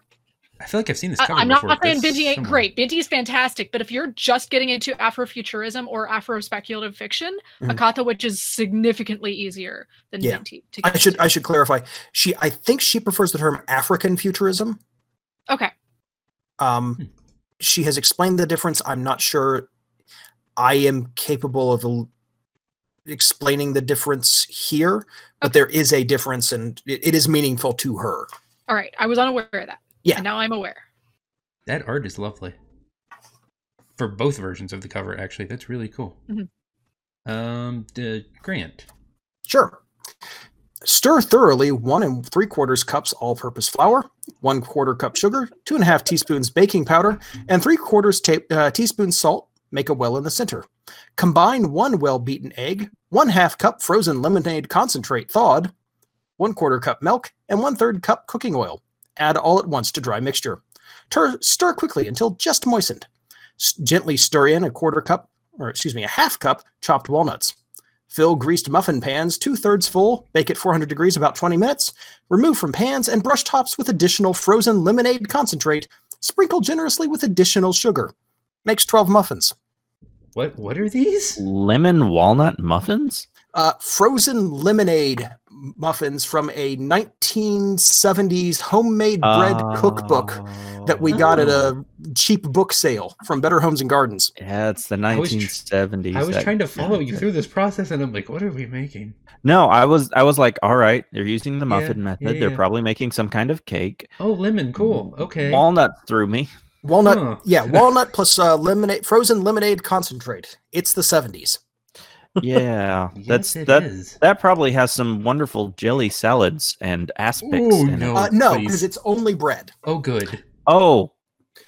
I feel like I've seen this I, cover I'm not, before. not saying That's Binti ain't somewhere. great. Binti is fantastic, but if you're just getting into Afrofuturism or Afro speculative fiction, Mm-hmm. Mhm. Akata Witch is significantly easier than Yeah. Binti to I get should into. I should clarify. She I think she prefers the term African futurism. Okay. Um, she has explained the difference. I'm not sure I am capable of el- explaining the difference here, but there is a difference, and it, it is meaningful to her. All right. I was unaware of that. Yeah. And now I'm aware. That art is lovely. For both versions of the cover, actually, that's really cool. Mhm. Um, the Grant. Sure. Stir thoroughly one and three quarters cups all purpose flour, one quarter cup sugar, two and a half teaspoons baking powder, and three quarters ta- uh, teaspoon salt. Make a well in the center. Combine one well beaten egg, one half cup frozen lemonade concentrate thawed, one quarter cup milk, and one third cup cooking oil. Add all at once to dry mixture. Tur- stir quickly until just moistened. S- gently stir in a quarter cup, or excuse me, a half cup chopped walnuts. Fill greased muffin pans two thirds full, bake at 400 degrees about 20 minutes, remove from pans and brush tops with additional frozen lemonade concentrate, sprinkle generously with additional sugar. Makes 12 muffins. What? What are these? lemon Oh. walnut muffins? uh, frozen lemonade muffins from a 1970s homemade bread cookbook that we got at a cheap book sale from Better Homes and Gardens. Oh. Yeah, it's the was tr- 1970s. I was that- trying to follow you through this process, and I'm like, what are we making? No, I was I was like, all right, they're using the muffin Yeah, method. yeah, They're yeah. probably making some kind of cake. Oh, lemon, Mm. cool. Okay. Walnut threw me. Walnut, Huh. yeah, walnut plus uh, lemonade, frozen lemonade concentrate. It's the 70s. Yeah, that's yes, it that. is. That probably has some wonderful jelly salads and aspics. Ooh, in it. no. Uh, no, please. because it's only bread. Oh, good. Oh,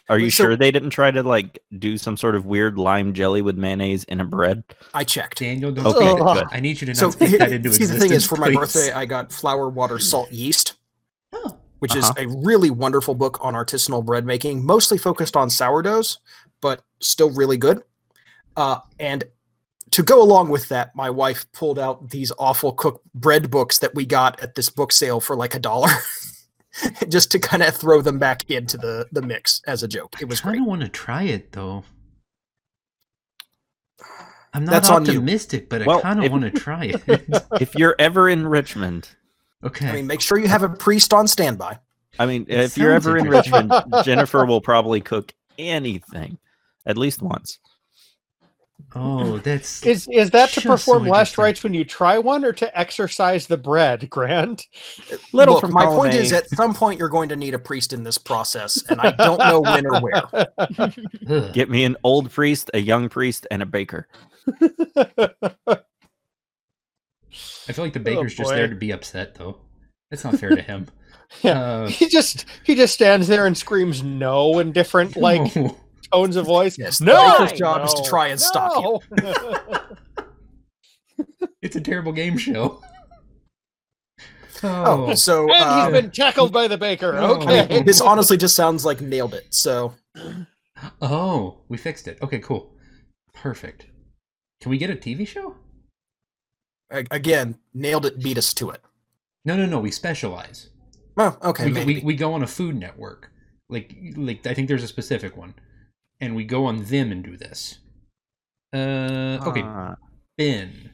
are you So- sure they didn't try to like do some sort of weird lime jelly with mayonnaise in a bread? I checked. Daniel, don't Okay, speak good. I need you to not So speak here- that into see, existence. the thing is, for my please. birthday, I got flour, water, salt, yeast, Oh. which Uh-huh. is a really wonderful book on artisanal bread making, mostly focused on sourdoughs, but still really good. Uh, and to go along with that, my wife pulled out these awful cook bread books that we got at this book sale for like a dollar, just to kind of throw them back into the the mix as a joke. It was I great. kind of want to try it though. I'm not That's on you. optimistic, but I Well, kind of if- want to try it. if you're ever in Richmond, okay. I mean, make sure you have a priest on standby. I mean, It if you're sounds ever in interesting. Richmond, Jennifer will probably cook anything, at least once. oh, that's Is is that to Just so perform last interesting. rites when you try one, or to exercise the bread, Grant? Little Look, from eh? my column point A. is, at some point, you're going to need a priest in this process, and I don't know when or where. ugh. get me an old priest, a young priest, and a baker. I feel like Oh, the baker's just boy. there to be upset though. That's not fair to him. Yeah. Uh, he just he just stands there and screams no in different like no. tones of voice. Yes, the no, baker's job is to try and stop you. you. it's a terrible game show. Oh, Oh, so and uh, he's been tackled by the baker. No. Okay. this honestly just sounds like nailed it. So oh, we fixed it. Okay, cool, perfect. Can we get a TV show? a- again, nailed it beat us to it. No, no, no. We specialize. Oh, okay, we, go- maybe. we, we go on a food network like like i think there's a specific one and we go on them and do this uh okay Ah, ben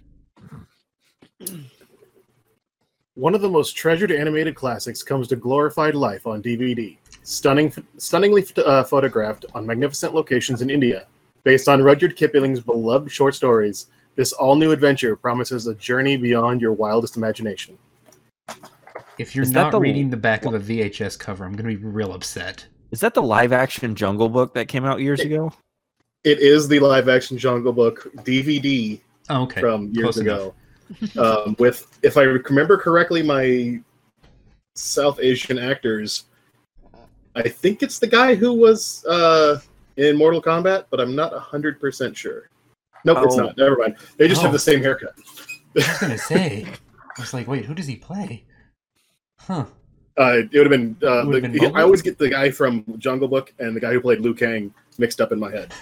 One of the most treasured animated classics comes to glorified life on DVD, stunning, stunningly uh, photographed on magnificent locations in India. Based on Rudyard Kipling's beloved short stories, this all-new adventure promises a journey beyond your wildest imagination. if you're Is that not the- reading the back of a vhs cover i'm gonna be real upset is that the live action Jungle Book that came out years ago? It is the live-action Jungle Book DVD oh, okay from years close enough. ago. um, with, if I remember correctly, my South Asian actors. I think it's the guy who was uh, in Mortal Kombat, but I'm not 100% sure. Nope, it's Oh. not. Never mind. They just Oh. have the same haircut. i was gonna say i was like wait who does he play huh Uh, it would have been. Uh, Would've the, been Mowgli? I always get the guy from Jungle Book and the guy who played Liu Kang mixed up in my head.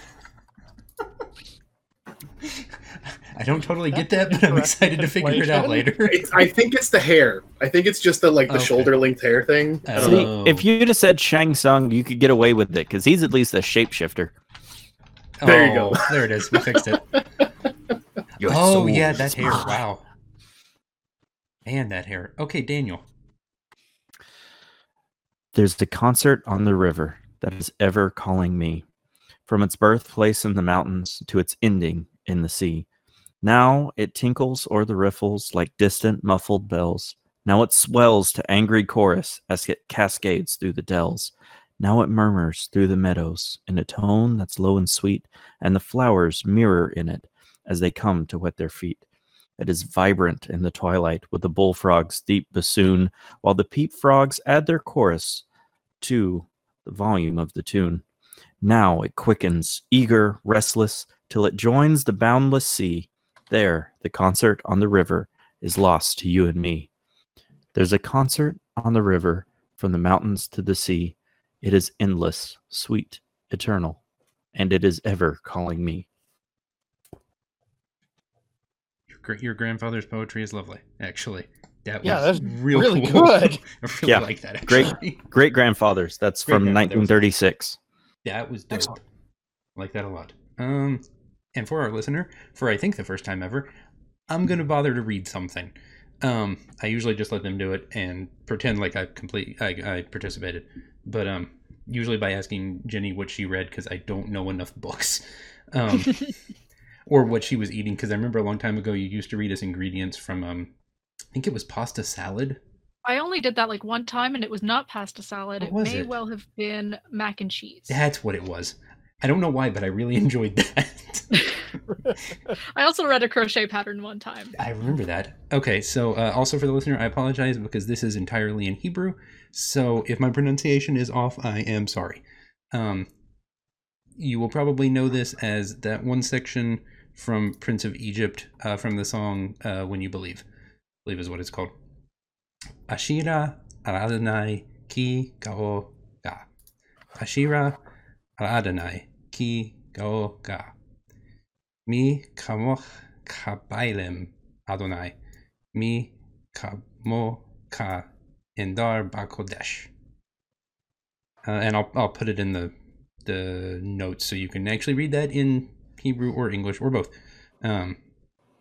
i don't totally get that That's but i'm correct excited to figure it out translation. later It's, I think it's the hair. I think it's just the like the Okay. shoulder length hair thing. I don't Uh, See, know. if you'd have said Shang Tsung, you could get away with it because he's at least a shapeshifter. There you Oh, there it is we fixed it Your oh soul yeah is that hair mine. wow and that hair okay daniel There's the concert on the river that is ever calling me, from its birthplace in the mountains to its ending in the sea. Now it tinkles o'er the riffles like distant muffled bells. Now it swells to angry chorus as it cascades through the dells. Now it murmurs through the meadows in a tone that's low and sweet, and the flowers mirror in it as they come to wet their feet. It is vibrant in the twilight with the bullfrog's deep bassoon while the peep frogs add their chorus to the volume of the tune. Now it quickens, eager, restless, till it joins the boundless sea. There, the concert on the river is lost to you and me. There's a concert on the river from the mountains to the sea. It is endless, sweet, eternal, and it is ever calling me. Your, gra- your grandfather's poetry is lovely, actually. That was Yeah, that's real really cool. good. I really Yeah, like that. great. actually. Great grandfathers, that's from Great-grandfathers. 1936. That was dope. Excellent. I like that a lot. Um, and for our listener, for I think the first time ever, I'm going to bother to read something. Um, I usually just let them do it and pretend like I complete I, I participated, but um, usually by asking Jenny what she read because I don't know enough books, um, or what she was eating because I remember a long time ago you used to read us ingredients from um, I think it was pasta salad. I only did that like one time and it was not pasta salad. What It was may it? well have been mac and cheese. That's what it was. I don't know why, but I really enjoyed that. I also read a crochet pattern one time. I remember that. Okay, so uh, also for the listener, I apologize because this is entirely in Hebrew. So if my pronunciation is off, I am sorry. Um, you will probably know this as that one section from Prince of Egypt uh, from the song uh, When You Believe. I believe is what it's called. Ashira Aradonai Ki Gao Ga. Ashira Aradonai Ki Gao Ga. Mi Kamoch Kabailem Adonai. Mi Kamo Ka Endar Bakodesh. Uh, and I'll, I'll put it in the, the notes so you can actually read that in Hebrew or English or both. Um,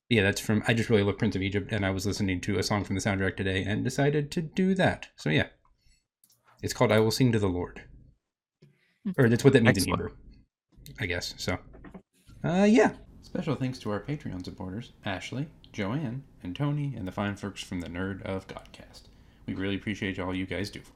yeah, that's from. I just really love Prince of Egypt, and I was listening to a song from the soundtrack today and decided to do that. So, yeah. It's called I Will Sing to the Lord. Or that's what that means Excellent. in Hebrew, I guess. So, uh, yeah. Special thanks to our Patreon supporters, Ashley, Joanne, and Tony, and the fine folks from the Nerd of Godcast. We really appreciate all you guys do for